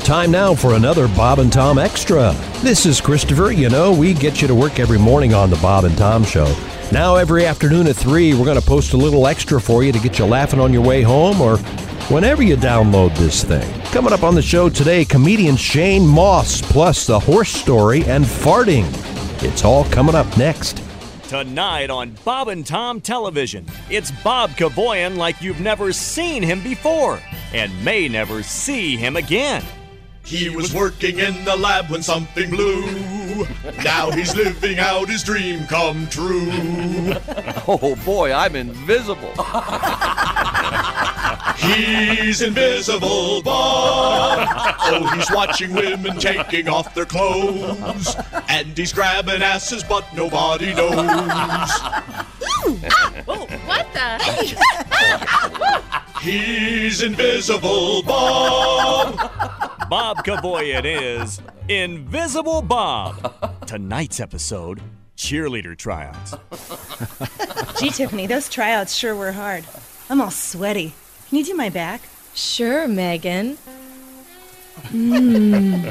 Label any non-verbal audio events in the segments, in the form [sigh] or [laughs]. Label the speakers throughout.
Speaker 1: Time now for another Bob and Tom Extra. This is Christopher. You know, we get you to work every morning on the Bob and Tom Show. Now, every afternoon at 3, we're going to post a little extra for you to get you laughing on your way home or whenever you download this thing. Coming up on the show today, comedian Shane Moss, plus the horse story and farting. It's all coming up next.
Speaker 2: Tonight on Bob and Tom Television, it's Bob Kavoyan like you've never seen him before and may never see him again.
Speaker 3: He was working in the lab when something blew. Now he's living out his dream come true.
Speaker 4: Oh boy, I'm invisible.
Speaker 3: He's Invisible Bob. Oh, he's watching women taking off their clothes. And he's grabbing asses, but nobody knows.
Speaker 5: Oh, what the?
Speaker 3: He's Invisible Bob.
Speaker 2: [laughs] Bob Kavoyan is Invisible Bob. Tonight's episode cheerleader tryouts.
Speaker 6: Gee, Tiffany, those tryouts sure were hard. I'm all sweaty. Can you do my back?
Speaker 5: Sure, Megan. Hmm.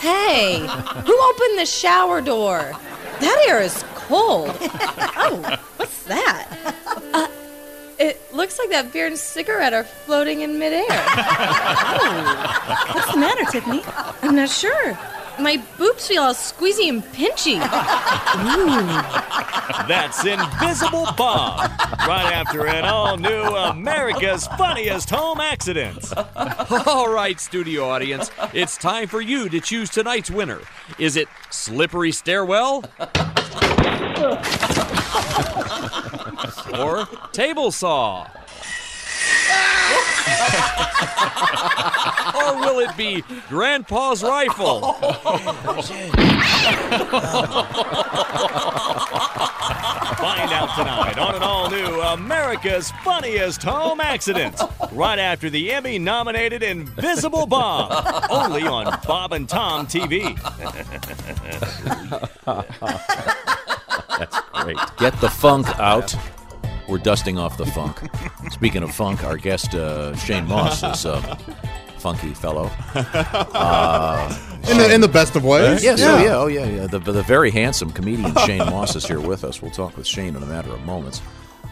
Speaker 5: Hey, who opened the shower door? That air is cold. Oh,
Speaker 6: What's that?
Speaker 5: Uh, It looks like that beer and cigarette are floating in midair.
Speaker 6: What's the matter, Tiffany?
Speaker 5: I'm not sure. My boobs feel all squeezy and pinchy.
Speaker 2: That's Invisible Bob. Right after an all new America's Funniest Home Accidents.
Speaker 4: All right, studio audience, it's time for you to choose tonight's winner. Is it Slippery Stairwell? or Table Saw? or will it be Grandpa's Rifle?
Speaker 2: Find out tonight on an all new America's Funniest Home Accidents. Right after the Emmy nominated Invisible Bob. Only on Bob and Tom TV.
Speaker 7: Great. Get the funk out. We're dusting off the funk. Speaking of funk, our guest uh, Shane Moss is a funky fellow.
Speaker 8: in the, in the best of ways.
Speaker 7: Yes, yeah. oh yeah, oh yeah, yeah. The, the very handsome comedian Shane Moss is here with us. We'll talk with Shane in a matter of moments.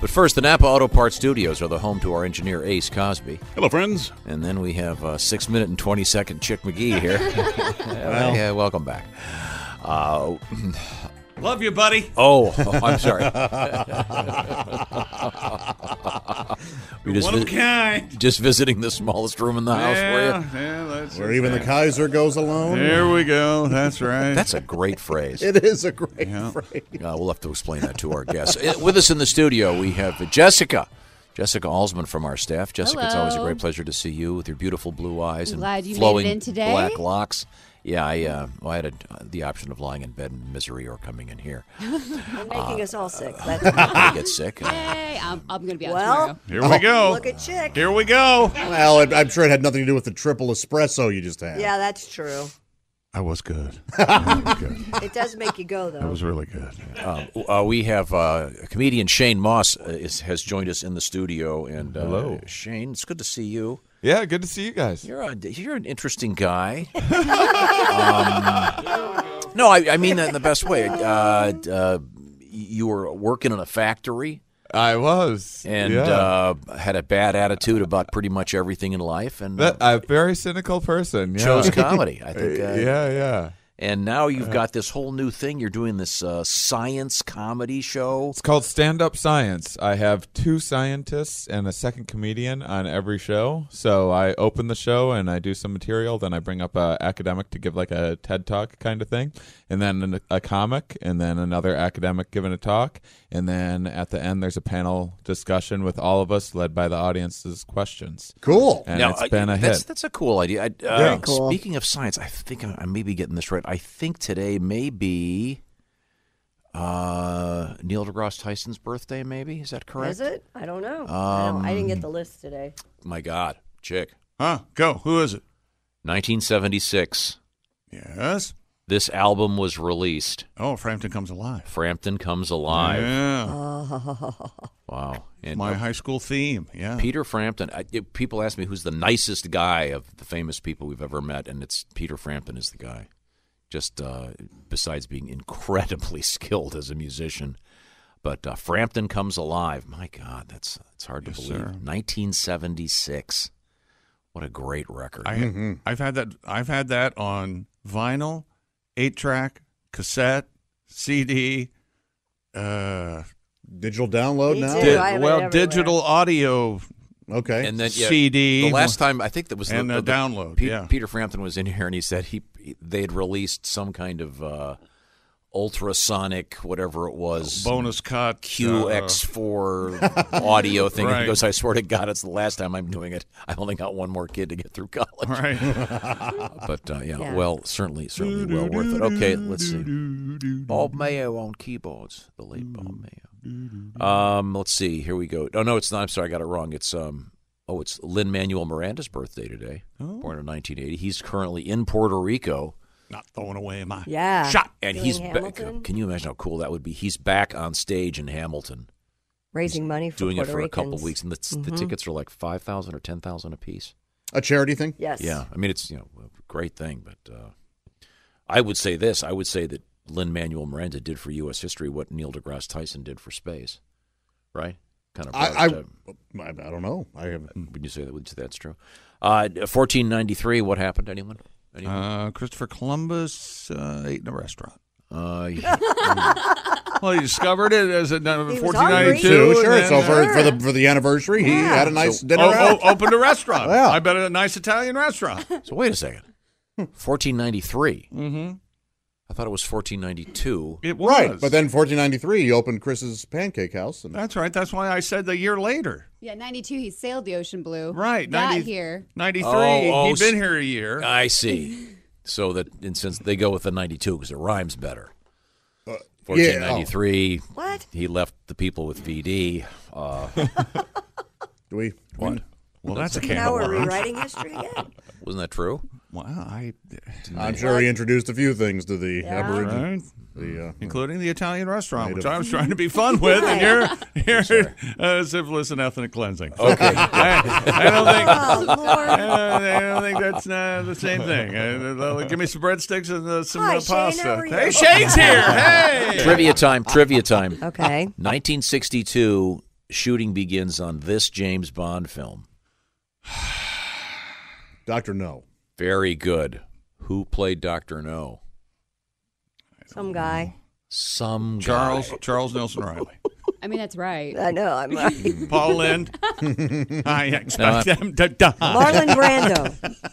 Speaker 7: But first, the Napa Auto Parts Studios are the home to our engineer Ace Cosby,
Speaker 9: Hello, friends.
Speaker 7: and then we have uh, six minute and twenty second Chick McGee [laughs] here. yeah, yeah, welcome back. Uh,
Speaker 4: Love you, buddy.
Speaker 7: oh, I'm sorry. we just vi-
Speaker 4: kind.
Speaker 7: just visiting the smallest room in the house were you?
Speaker 9: yeah, that's
Speaker 8: Where even the Kaiser goes alone.
Speaker 9: There we go. That's right.
Speaker 7: That's a great phrase. Uh,
Speaker 8: It is a great phrase.
Speaker 7: we'll have to explain that to our guests. Uh, With us in the studio, we have Jessica. Jessica Alsman from our staff. Jessica, it's always a
Speaker 10: Hello.
Speaker 7: great pleasure to see you with your beautiful blue eyes and
Speaker 10: Glad you made it
Speaker 7: flowing
Speaker 10: in today.
Speaker 7: black locks. Yeah, I, uh, well, I had a, the option of lying in bed in misery or coming in here.
Speaker 11: Making us all sick. Let's,
Speaker 7: [laughs] I get sick.
Speaker 10: [laughs] Hey, I'm, I'm gonna be out
Speaker 11: well,
Speaker 9: Here we go.
Speaker 11: look at Chick.
Speaker 9: Here we go.
Speaker 8: Well, it, I'm sure it had nothing to do with the triple espresso you just had.
Speaker 11: Yeah, that's true.
Speaker 9: I was [laughs] good. I was good.
Speaker 11: It does make you go
Speaker 9: That
Speaker 11: though.
Speaker 9: was really good.
Speaker 7: Uh, uh, we have uh, comedian Shane Moss uh, is, has joined us in the studio. And uh,
Speaker 12: Hello.
Speaker 7: Shane. It's good to see you.
Speaker 12: Yeah, good to see you guys.
Speaker 7: You're a, you're an interesting guy. um, no, I, I mean that in the best way. Uh, uh, you were working in a factory
Speaker 12: I was.
Speaker 7: and
Speaker 12: yeah.
Speaker 7: uh, had a bad attitude about pretty much everything in life, and
Speaker 12: that,
Speaker 7: uh,
Speaker 12: a very cynical person. Yeah. [laughs]
Speaker 7: chose comedy. I think. Uh,
Speaker 12: yeah, yeah.
Speaker 7: And now you've got this whole new thing. You're doing this uh, science comedy show.
Speaker 12: It's called Stand Up Science. I have two scientists and a second comedian on every show. So I open the show and I do some material. Then I bring up a academic to give like a TED talk kind of thing, and then an, a comic, and then another academic giving a talk, and then at the end there's a panel discussion with all of us, led by the audience's questions.
Speaker 8: Cool.
Speaker 12: And
Speaker 7: Now,
Speaker 12: it's
Speaker 7: I-
Speaker 12: been a
Speaker 7: that's,
Speaker 12: hit.
Speaker 7: That's a cool idea. I, uh,
Speaker 12: Very
Speaker 11: cool.
Speaker 7: Speaking of science, I think I, I may be getting this right. I think today may be uh, Neil deGrasse Tyson's birthday. Maybe is that correct?
Speaker 11: Is it? I don't know. I, don't, I didn't
Speaker 7: Um,
Speaker 11: get the list today.
Speaker 7: My God, chick,
Speaker 9: Huh? Go. Who is it?
Speaker 7: 1976.
Speaker 9: Yes.
Speaker 7: this album was released.
Speaker 9: Oh, Frampton Comes Alive.
Speaker 7: Frampton Comes Alive. Uh, Wow.
Speaker 9: My high school theme. Yeah.
Speaker 7: Peter Frampton. I, it- people ask me who's the nicest guy of the famous people we've ever met, and it's Peter Frampton is the guy. Just uh, besides being incredibly [laughs] skilled as a musician, but uh, Frampton comes alive. My God, that's it's hard to
Speaker 9: Yes,
Speaker 7: believe.
Speaker 9: sir.
Speaker 7: 1976. What a great record.
Speaker 9: I,
Speaker 8: Mm-hmm.
Speaker 9: I've had that. I've had that on vinyl, eight track, cassette, CD, uh,
Speaker 8: digital download
Speaker 9: Di-
Speaker 8: now? I have it
Speaker 9: well,
Speaker 8: everywhere.
Speaker 9: digital audio.
Speaker 8: Okay.
Speaker 7: And then yeah,
Speaker 9: CD.
Speaker 7: The last time I think that was
Speaker 9: and
Speaker 7: the,
Speaker 9: a
Speaker 7: the- the-
Speaker 9: download.
Speaker 7: Pe-
Speaker 9: yeah.
Speaker 7: Peter Frampton was in here and he said he they had released some kind of uh, ultrasonic whatever it was
Speaker 9: Bonus cut,
Speaker 7: QX4 audio thing. And
Speaker 9: Right.
Speaker 7: he goes, I swear to God, it's the last time I'm doing it. I only got one more kid to get through college.
Speaker 9: uh, Right. [laughs]
Speaker 7: but uh, yeah,
Speaker 9: Yeah.
Speaker 7: well, certainly, certainly well worth it. Okay, let's see. Bob Mayo on keyboards, the late Bob Mayo. Um, let's see. Here we go. Oh no, it's not. I'm sorry, I got it wrong. It's um. Oh, it's Lin Manuel Miranda's birthday today. Born in 1980. He's currently in Puerto Rico.
Speaker 9: Not throwing away my
Speaker 11: Yeah.
Speaker 7: shot. And he's
Speaker 11: Doing
Speaker 7: back.
Speaker 11: Uh, Hamilton?
Speaker 7: Can you imagine how cool that would be? He's back on stage in Hamilton,
Speaker 11: Raising money for
Speaker 7: doing
Speaker 11: Puerto
Speaker 7: it for a couple
Speaker 11: Ricans.
Speaker 7: weeks, and the, the
Speaker 11: Mhm.
Speaker 7: tickets are like five thousand or ten thousand a piece.
Speaker 8: A charity thing?
Speaker 11: Yes.
Speaker 7: Yeah, I mean it's you know a great thing, but uh, I would say this: I would say that Lin Manuel Miranda did for U.S. history what Neil deGrasse Tyson did for space, right? Kind of.
Speaker 8: I-
Speaker 7: brought
Speaker 8: I-
Speaker 7: it
Speaker 8: I, I don't know. I have.
Speaker 7: Would you say that? Would you say that's true? Uh, 1493. What happened? Anyone? Anyone?
Speaker 9: Uh, Christopher Columbus uh, ate in a restaurant.
Speaker 7: Uh,
Speaker 9: well, he discovered it as a, in
Speaker 8: was
Speaker 9: 1492.
Speaker 8: hungry. Sure,
Speaker 9: and
Speaker 8: so
Speaker 9: then-
Speaker 8: for- for the- for the anniversary, he Yeah. had a nice dinner
Speaker 9: o- o-
Speaker 8: out.
Speaker 9: opened a restaurant.
Speaker 8: Yeah.
Speaker 9: I bet a nice Italian [laughs] restaurant.
Speaker 7: So wait a second. 1493.
Speaker 9: Mm-hmm.
Speaker 7: I thought it was 1492.
Speaker 9: It
Speaker 8: Right, but then 1493, you opened Chris's Pancake House. And uh,
Speaker 9: That's right. That's why I said the year later.
Speaker 10: Yeah, 92, he sailed the ocean blue.
Speaker 9: Right,
Speaker 10: Got
Speaker 9: 90
Speaker 10: here.
Speaker 9: 93.
Speaker 7: Oh, oh,
Speaker 9: He'd been
Speaker 7: s-
Speaker 9: here a year.
Speaker 7: I see. So that, and since they go with the 92 because it rhymes better.
Speaker 8: yeah, oh.
Speaker 7: 1493.
Speaker 11: What?
Speaker 7: He left the people with VD. Uh,
Speaker 8: Do we?
Speaker 7: What?
Speaker 9: Well, that's a can
Speaker 11: Now
Speaker 9: of
Speaker 11: we're
Speaker 9: worms.
Speaker 11: rewriting history
Speaker 7: [laughs]
Speaker 11: again.
Speaker 7: Wasn't that true?
Speaker 9: Wow. I,
Speaker 8: I'm sure he introduced a few things to the
Speaker 11: Yeah.
Speaker 8: Aboriginal.
Speaker 9: Right.
Speaker 8: The, uh,
Speaker 9: Including the Italian restaurant, which
Speaker 8: Native.
Speaker 9: I was trying to be
Speaker 8: [laughs]
Speaker 9: fun with, and you're, [laughs] you're uh, syphilis and ethnic cleansing. [laughs] Okay, I, I don't
Speaker 11: [laughs]
Speaker 9: think
Speaker 3: Oh, Lord.
Speaker 9: I, don't, I don't think that's uh, the same thing. Uh, uh, give me some breadsticks and uh, some
Speaker 3: Hi,
Speaker 9: uh,
Speaker 3: Shane,
Speaker 9: pasta.
Speaker 3: how are you?
Speaker 9: hey, Shane's here. Hey,
Speaker 7: Trivia time. Trivia time.
Speaker 11: [laughs] Okay.
Speaker 7: 1962. Shooting begins on this James Bond film.
Speaker 8: Doctor No.
Speaker 7: Very good. Who played Doctor No?
Speaker 11: Some guy.
Speaker 7: Some guy.
Speaker 9: Charles Charles Nelson Riley,
Speaker 10: I mean, that's right.
Speaker 11: I know.
Speaker 7: [laughs]
Speaker 11: I'm right.
Speaker 9: Paul Lind. I expect
Speaker 7: No, I-
Speaker 9: them to die.
Speaker 11: Marlon Brando.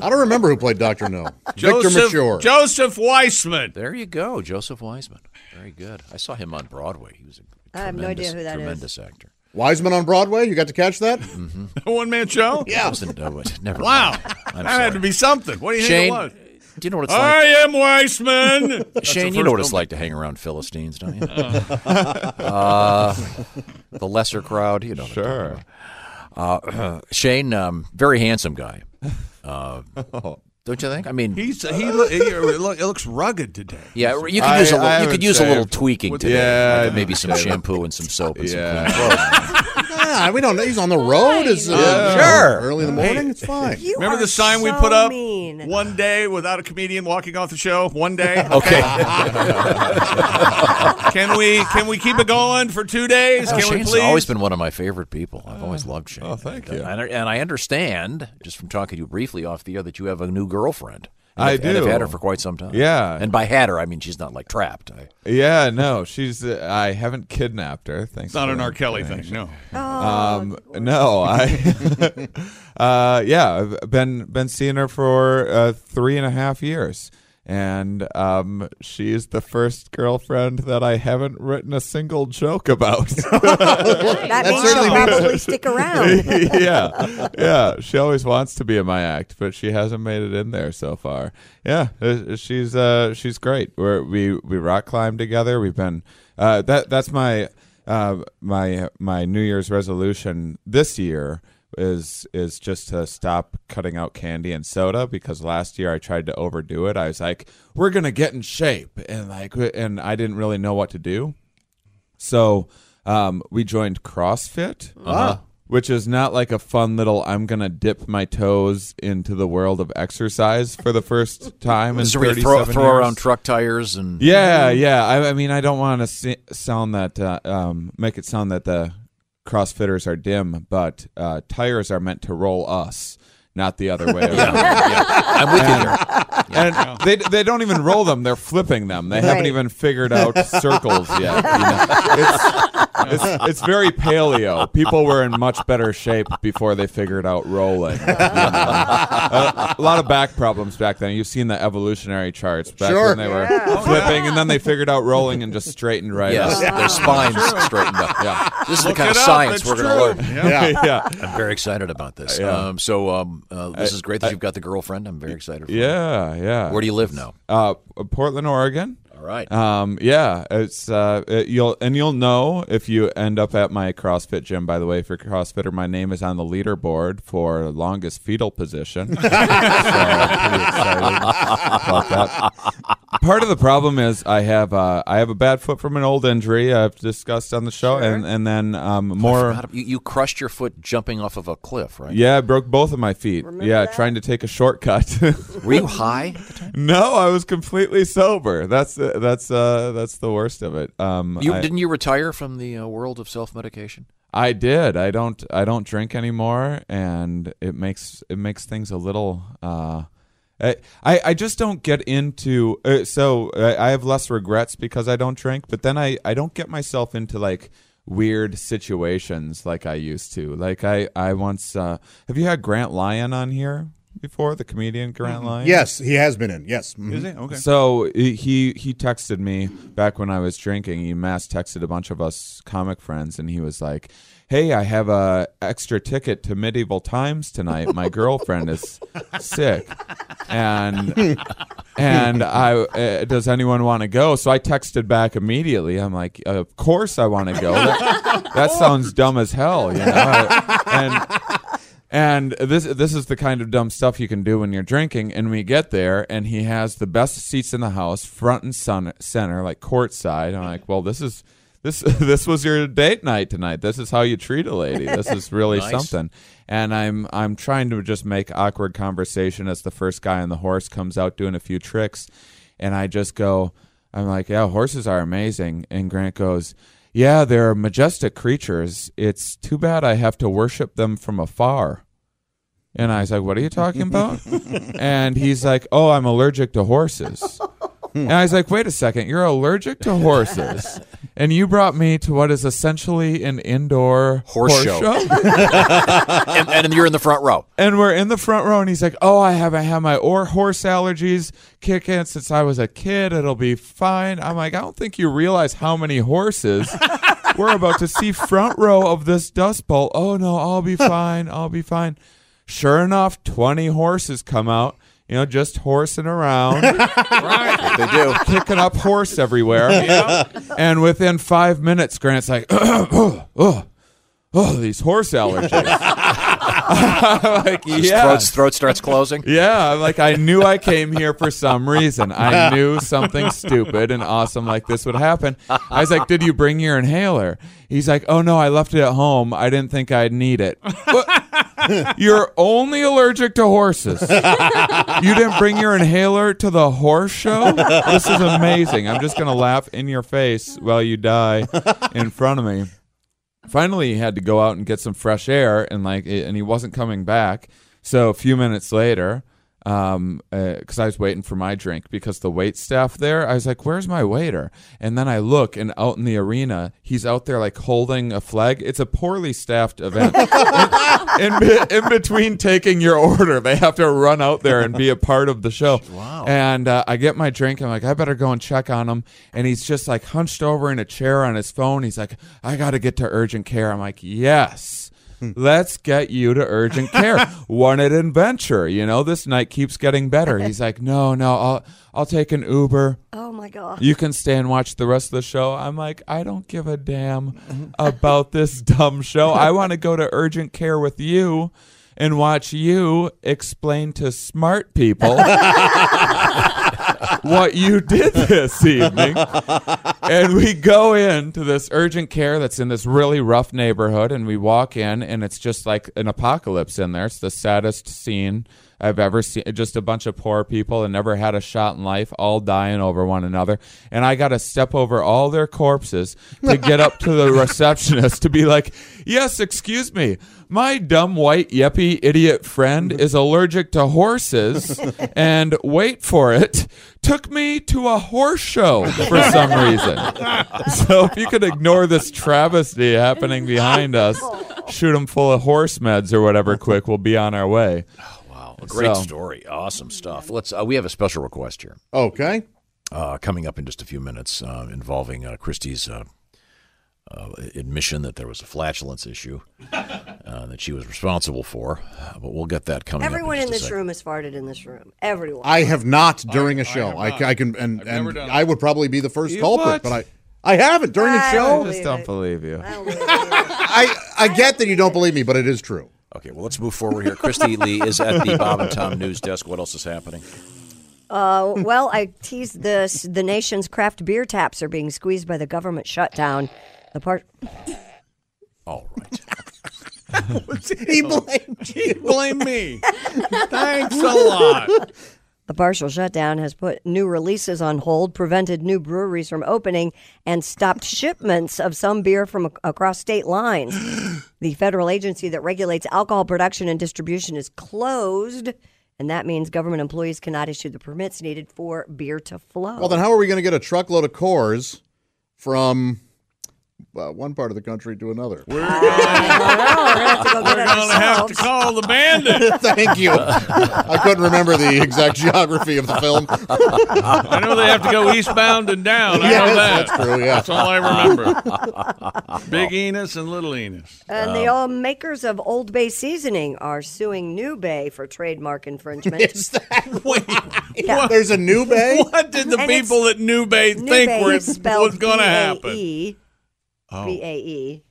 Speaker 8: I don't remember who played
Speaker 9: [laughs]
Speaker 8: Doctor No. Victor
Speaker 9: Joseph,
Speaker 8: Mature.
Speaker 9: Joseph Weissman. [laughs]
Speaker 7: There you go, Joseph Weisman. Very good. I saw him on Broadway. He was a
Speaker 11: I have no idea
Speaker 7: tremendous-
Speaker 11: who that is.
Speaker 7: tremendous actor.
Speaker 8: Wiseman on Broadway. You got to catch that?
Speaker 9: Mm-hmm. One man show.
Speaker 8: Yeah.
Speaker 7: Wasn't, uh, was- [laughs] never
Speaker 9: Wow,
Speaker 7: mind.
Speaker 9: that
Speaker 7: I'm
Speaker 9: had
Speaker 7: sorry.
Speaker 9: to be something. What do you
Speaker 7: Shane,
Speaker 9: think it was?
Speaker 7: Do you know what it's
Speaker 9: I
Speaker 7: like?
Speaker 9: am Weissman. That's
Speaker 7: Shane,
Speaker 9: the
Speaker 7: you know what
Speaker 9: first
Speaker 7: it's like to hang around Philistines, don't you?
Speaker 9: [laughs] Uh.
Speaker 7: uh, the lesser crowd, you know. what I'm
Speaker 12: Sure.
Speaker 7: talking about. Uh, [clears throat] Shane, um, very handsome guy.
Speaker 9: [laughs]
Speaker 7: Uh, don't you think? I mean,
Speaker 9: He's he, look, he look, it looks rugged today.
Speaker 7: yeah, you could
Speaker 9: I-
Speaker 7: use a
Speaker 9: I
Speaker 7: little, you
Speaker 9: haven't
Speaker 7: could use a little
Speaker 9: shaved.
Speaker 7: tweaking
Speaker 9: With-
Speaker 7: today.
Speaker 9: Yeah, I
Speaker 7: Like
Speaker 9: haven't
Speaker 7: maybe some
Speaker 9: shaved.
Speaker 7: shampoo and some soap and
Speaker 9: Yeah.
Speaker 7: some clean clothes.
Speaker 8: Nah, we don't know. He's on the road. It's, uh,
Speaker 9: Oh.
Speaker 7: Sure.
Speaker 8: Early in the morning.
Speaker 9: [laughs]
Speaker 8: It's fine.
Speaker 9: Remember the sign we
Speaker 11: so
Speaker 9: put up?
Speaker 11: mean.
Speaker 9: One day without a comedian walking off the show. One day.
Speaker 7: Okay.
Speaker 9: [laughs] can we can we keep it going for two days?
Speaker 7: Oh,
Speaker 9: Can we
Speaker 7: Shane's
Speaker 9: please?
Speaker 7: always been one of my favorite people. I've always loved Shane. Oh, thank
Speaker 12: you.
Speaker 7: And I, and I understand, just from talking to you briefly off the air, that you have a new girlfriend. And
Speaker 12: I
Speaker 7: have- And I've
Speaker 12: do.
Speaker 7: had her for quite some time.
Speaker 12: Yeah.
Speaker 7: And by had her, I mean she's not like trapped. I,
Speaker 12: [laughs] Yeah, no, she's. Uh, I haven't kidnapped her. Thanks.
Speaker 9: It's not
Speaker 12: for
Speaker 9: an
Speaker 12: that
Speaker 9: R. Kelly thing,
Speaker 12: explanation.
Speaker 9: no.
Speaker 12: um, no, I. [laughs] uh, yeah, I've been been seeing her for uh, three and a half years, and um, she is the first girlfriend that I haven't written a single joke about. [laughs]
Speaker 11: That means she'll probably stick around.
Speaker 12: yeah, yeah. She always wants to be in my act, but she hasn't made it in there so far. Yeah, uh, she's uh, she's great. We're, we we rock climb together. We've been uh, that that's my uh, my my New Year's resolution this year is is just to stop cutting out candy and soda because last year I tried to overdo it. I was like, "We're gonna get in shape," and like, and I didn't really know what to do. So um, we joined CrossFit,
Speaker 7: Uh-huh.
Speaker 13: Ah.
Speaker 12: which is not like a fun little. I'm gonna dip my toes into the world of exercise for the first time in
Speaker 7: This is where you
Speaker 12: 37
Speaker 7: throw, throw
Speaker 12: years.
Speaker 7: around truck tires and
Speaker 12: Yeah, yeah. I, I mean, I don't want to si- sound that uh, um, make it sound that the CrossFitters are dim, but uh, tires are meant to roll us, not the other way
Speaker 7: [laughs]
Speaker 12: around.
Speaker 7: yeah. I'm with you there.
Speaker 12: And, and they they don't even roll them; they're flipping them. They haven't
Speaker 7: Right.
Speaker 12: even figured out circles yet. you know? It's, it's, it's very paleo. People were in much better shape before they figured out rolling. you know?
Speaker 7: [laughs]
Speaker 12: a, a lot of back problems back then. You've seen the evolutionary charts back
Speaker 7: Sure.
Speaker 12: when they were [laughs] flipping, and then they figured out rolling and just straightened
Speaker 7: [laughs]
Speaker 12: right
Speaker 7: Yes,
Speaker 12: up.
Speaker 7: their spines straightened up.
Speaker 12: Yeah.
Speaker 7: This is the kind of science we're going to learn.
Speaker 12: Yeah. yeah.
Speaker 7: I'm very excited about this.
Speaker 12: Yeah.
Speaker 7: Um, so um, uh, this
Speaker 12: I-
Speaker 7: is great that
Speaker 12: I-
Speaker 7: you've got the girlfriend. I'm very excited. For
Speaker 12: Yeah, yeah.
Speaker 7: Where do you live now?
Speaker 12: Uh, Portland, Oregon.
Speaker 7: All right.
Speaker 12: Um, yeah, it's uh, it- you'll and you'll know if you end up at my CrossFit gym. By the way, for CrossFitter, my name is on the leaderboard for longest fetal position. [laughs] so, pretty excited about that. Part of the problem is I have uh, I have a bad foot from an old injury I've discussed on the show, and and then um, more.
Speaker 7: forgot You, you crushed your foot jumping off of a cliff, right?
Speaker 12: Yeah, I broke both of my feet. yeah, trying to take a shortcut. [laughs]
Speaker 7: Were you high?
Speaker 12: No, I was completely sober. That's the, that's uh that's the worst of it. Um,
Speaker 7: You,
Speaker 12: I,
Speaker 7: didn't you retire from the uh, world of self
Speaker 8: [laughs]
Speaker 7: medication?
Speaker 12: I did. I don't. I don't drink anymore, and it makes it makes things a little. Uh, I I I just don't get into. Uh, so I, I have less regrets because I don't drink. But then I I don't get myself into like weird situations like I used to. Like I I once. Uh, have you had Grant Lyon on here before? The comedian Grant
Speaker 8: Mhm.
Speaker 12: Lyon.
Speaker 8: Yes, he has been in. Yes. Mhm.
Speaker 12: So he he- he texted me back when I was drinking. He mass texted a bunch of us comic friends, and he was like, "Hey, I have a extra ticket to medieval times tonight. My girlfriend is sick, and and I uh, does anyone want to go?" So I texted back immediately. I'm like, "Of course I want to go. That, that sounds dumb as hell, you know." And and this this is the kind of dumb stuff you can do when you're drinking. And we get there, and he has the best seats in the house, front and sun, center, like courtside. I'm like, well, this is this [laughs] this was your date night tonight. This is how you treat a lady. This is really
Speaker 7: Nice.
Speaker 12: something. And I'm I'm trying to just make awkward conversation as the first guy on the horse comes out doing a few tricks, and I just go, I'm like, yeah, horses are amazing. And Grant goes. Yeah, they're majestic creatures. It's too bad I have to worship them from afar. And I was like, What are you
Speaker 7: [laughs]
Speaker 12: talking about? and he's like, Oh, I'm allergic to horses. and I was like, Wait a second, you're allergic to
Speaker 7: [laughs]
Speaker 12: horses. and you brought me to what is essentially an indoor
Speaker 7: Horse, show. [laughs] and, and you're in the front
Speaker 8: [laughs]
Speaker 7: row.
Speaker 12: and we're in the front row, and he's like, "Oh, I haven't had my or horse allergies kick in since I was a kid. It'll be fine." I'm like, "I don't think you realize how many horses we're about to see front row of this dust bowl." Oh no, I'll be fine. I'll be fine. Sure enough, 20 horses come out. You know, just horsing around. right. They do. Kicking up horse [laughs] everywhere. And within five minutes, Grant's like, [clears throat] oh, oh, oh, these horse allergies. [laughs] like,
Speaker 7: His
Speaker 12: yeah.
Speaker 7: throat, throat starts
Speaker 8: [laughs]
Speaker 7: closing.
Speaker 12: Yeah, I'm like I knew I came here for some reason. I knew something stupid and awesome like this would happen. I was like, "Did you bring your inhaler?" He's like, "Oh no, I left it at home. I didn't think I'd need it." What? You're only allergic to horses. You didn't bring your inhaler to the horse show? This is amazing. I'm just going to laugh in your face while you die in front of me finally he had to go out and get some fresh air and like it- and he wasn't coming back so a few minutes later um because i was waiting for my drink because the wait staff there i was like where's my waiter and then i look and out in the arena he's out there like holding a flag it's a poorly staffed event in, in, be- in between taking your order they have to run out there and be a part of the show wow and uh, i get my drink i'm like i better go and check on him and he's just like hunched over in a chair on his phone he's like i gotta get to urgent care i'm like yes let's get you to urgent care. Want an adventure? You know, this night keeps getting better. He's like, no, no, I'll I'll take an Uber.
Speaker 11: Oh my god.
Speaker 12: You can stay and watch the rest of the show. I'm like, I don't give a damn about this dumb show. I want to go to urgent care with you and watch you explain to smart people what you did this evening. And we go into this urgent care that's in this really rough neighborhood, and we walk in, and it's just like an apocalypse in there. It's the saddest scene I've ever seen. Just a bunch of poor people that never had a shot in life, all dying over one another. And I got to step over all their corpses to get up to the receptionist to be like, Yes, excuse me. My dumb white yuppie idiot friend is allergic to horses, and wait for it, took me to a horse show for some reason. So if you could ignore this travesty happening behind us, shoot him full of horse meds or whatever quick, we'll be on our way.
Speaker 7: Well, great
Speaker 12: So-
Speaker 7: story. Awesome stuff. Let's. Uh, we have a special request here.
Speaker 8: Okay.
Speaker 7: Uh, coming up in just a few minutes, uh, involving uh, Christie's uh, uh, admission that there was a flatulence issue [laughs] uh, that she was responsible for. Uh, But we'll get that coming.
Speaker 11: Everyone
Speaker 7: up
Speaker 11: in
Speaker 7: just a
Speaker 11: this
Speaker 7: second.
Speaker 11: room has farted in this room. Everyone.
Speaker 8: I have not during a show. I, I can and, and I would probably be the first
Speaker 11: You-
Speaker 8: culprit,
Speaker 11: what?
Speaker 8: but I I haven't during the
Speaker 11: I
Speaker 8: show.
Speaker 11: don't I just believe
Speaker 12: don't it. believe you.
Speaker 9: Ah.
Speaker 8: I I get that you don't believe me, but it is true.
Speaker 7: Okay, well let's move forward here. Christy Lee is at the Bob and Tom news desk. What else is happening?
Speaker 11: Uh, well, I teased this. The nation's craft beer taps are being squeezed by the government shutdown. The part.
Speaker 7: All
Speaker 11: right.
Speaker 8: he blamed
Speaker 11: you. He
Speaker 8: blamed me.
Speaker 11: Thanks
Speaker 8: a lot.
Speaker 11: The partial shutdown has put new releases on hold, prevented new breweries from opening, and stopped [laughs] shipments of some beer from ac- across state lines. the federal agency that regulates alcohol production and distribution is closed, and that means government employees cannot issue the permits needed for beer to flow.
Speaker 8: Well, then how are we going to get a truckload of cores from uh, one part of the country to another? We're
Speaker 11: We're gonna have to
Speaker 9: call the bandit.
Speaker 8: [laughs] Thank you. I couldn't remember the exact geography of the film.
Speaker 9: [laughs] I know they have to go eastbound and down. I know
Speaker 8: Yes,
Speaker 9: that.
Speaker 8: that's true, yeah.
Speaker 9: That's
Speaker 8: [laughs]
Speaker 9: all I remember. Big Enos and Little Enos.
Speaker 11: And the all makers of Old Bay seasoning are suing New Bay for trademark infringement. Is that
Speaker 8: What? There's a
Speaker 9: [laughs]
Speaker 8: new bay?
Speaker 9: What did the
Speaker 11: And it's-
Speaker 9: people at New Bay
Speaker 11: New
Speaker 9: think
Speaker 11: Bay
Speaker 9: were,
Speaker 11: is spelled
Speaker 9: was going to happen?
Speaker 11: B A E.
Speaker 7: Oh.
Speaker 11: B A E.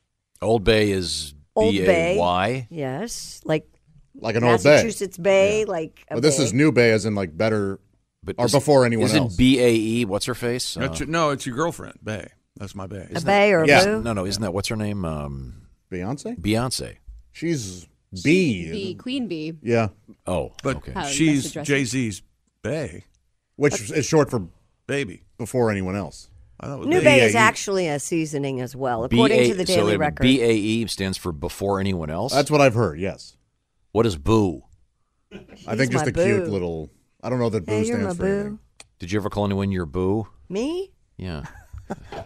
Speaker 7: Old Bay is
Speaker 11: Old
Speaker 7: B A
Speaker 11: Bay.
Speaker 7: Y.
Speaker 11: Yes, like
Speaker 8: Like an old bay.
Speaker 11: Massachusetts Bay. Like a
Speaker 8: Well, this
Speaker 11: bay.
Speaker 8: is new bay as in like better or
Speaker 7: Isn't-
Speaker 8: before anyone
Speaker 7: isn't
Speaker 8: else.
Speaker 7: B A E? What's her face?
Speaker 9: That's your- no, it's your girlfriend, Bay. That's my Bay.
Speaker 7: Isn't
Speaker 11: bay
Speaker 7: that-
Speaker 11: or a
Speaker 7: yeah.
Speaker 11: boo?
Speaker 7: No, no. Isn't that what's her name? Um,
Speaker 8: Beyonce.
Speaker 7: Beyonce.
Speaker 8: She's
Speaker 10: The
Speaker 8: B.
Speaker 10: Queen Bee.
Speaker 8: Yeah.
Speaker 7: Oh,
Speaker 9: but
Speaker 10: okay. How you best
Speaker 9: she's
Speaker 10: address it.
Speaker 9: Jay Z's Bay.
Speaker 8: Which is short for
Speaker 9: baby
Speaker 8: before anyone else.
Speaker 9: I thought it was
Speaker 11: New Bay is
Speaker 8: BAE.
Speaker 11: actually a seasoning as well,
Speaker 9: E.
Speaker 11: according to the Daily Record.
Speaker 7: B A E stands for before anyone else.
Speaker 8: That's what I've heard. Yes.
Speaker 7: What is boo?
Speaker 8: I think
Speaker 11: He's
Speaker 8: just
Speaker 11: my
Speaker 8: a cute
Speaker 11: boo.
Speaker 8: little. I don't know that boo
Speaker 11: Hey, you're my
Speaker 8: stands for anything.
Speaker 11: boo.
Speaker 7: Did you ever call anyone your boo?
Speaker 11: Me? [laughs]
Speaker 7: Yeah.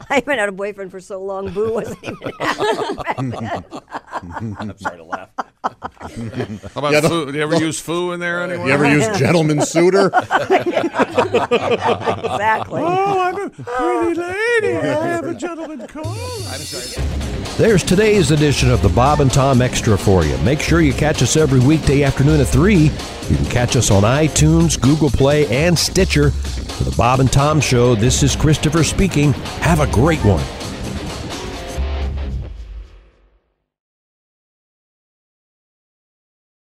Speaker 11: I haven't had a boyfriend for so long. Boo wasn't
Speaker 9: [laughs]
Speaker 11: even.
Speaker 7: I'm sorry to laugh.
Speaker 9: How about
Speaker 8: Yeah, the-
Speaker 9: foo? Do you ever use foo in there anywhere?
Speaker 8: You
Speaker 11: [laughs]
Speaker 8: ever use gentleman suitor?
Speaker 11: exactly.
Speaker 9: Oh, I'm a pretty lady. I have a gentleman call. I'm sorry.
Speaker 1: There's today's edition of the Bob and Tom Extra for you. Make sure you catch us every weekday afternoon at 3. You can catch us on iTunes, Google Play, and Stitcher. For the Bob and Tom Show, this is Christopher speaking. Have a great one.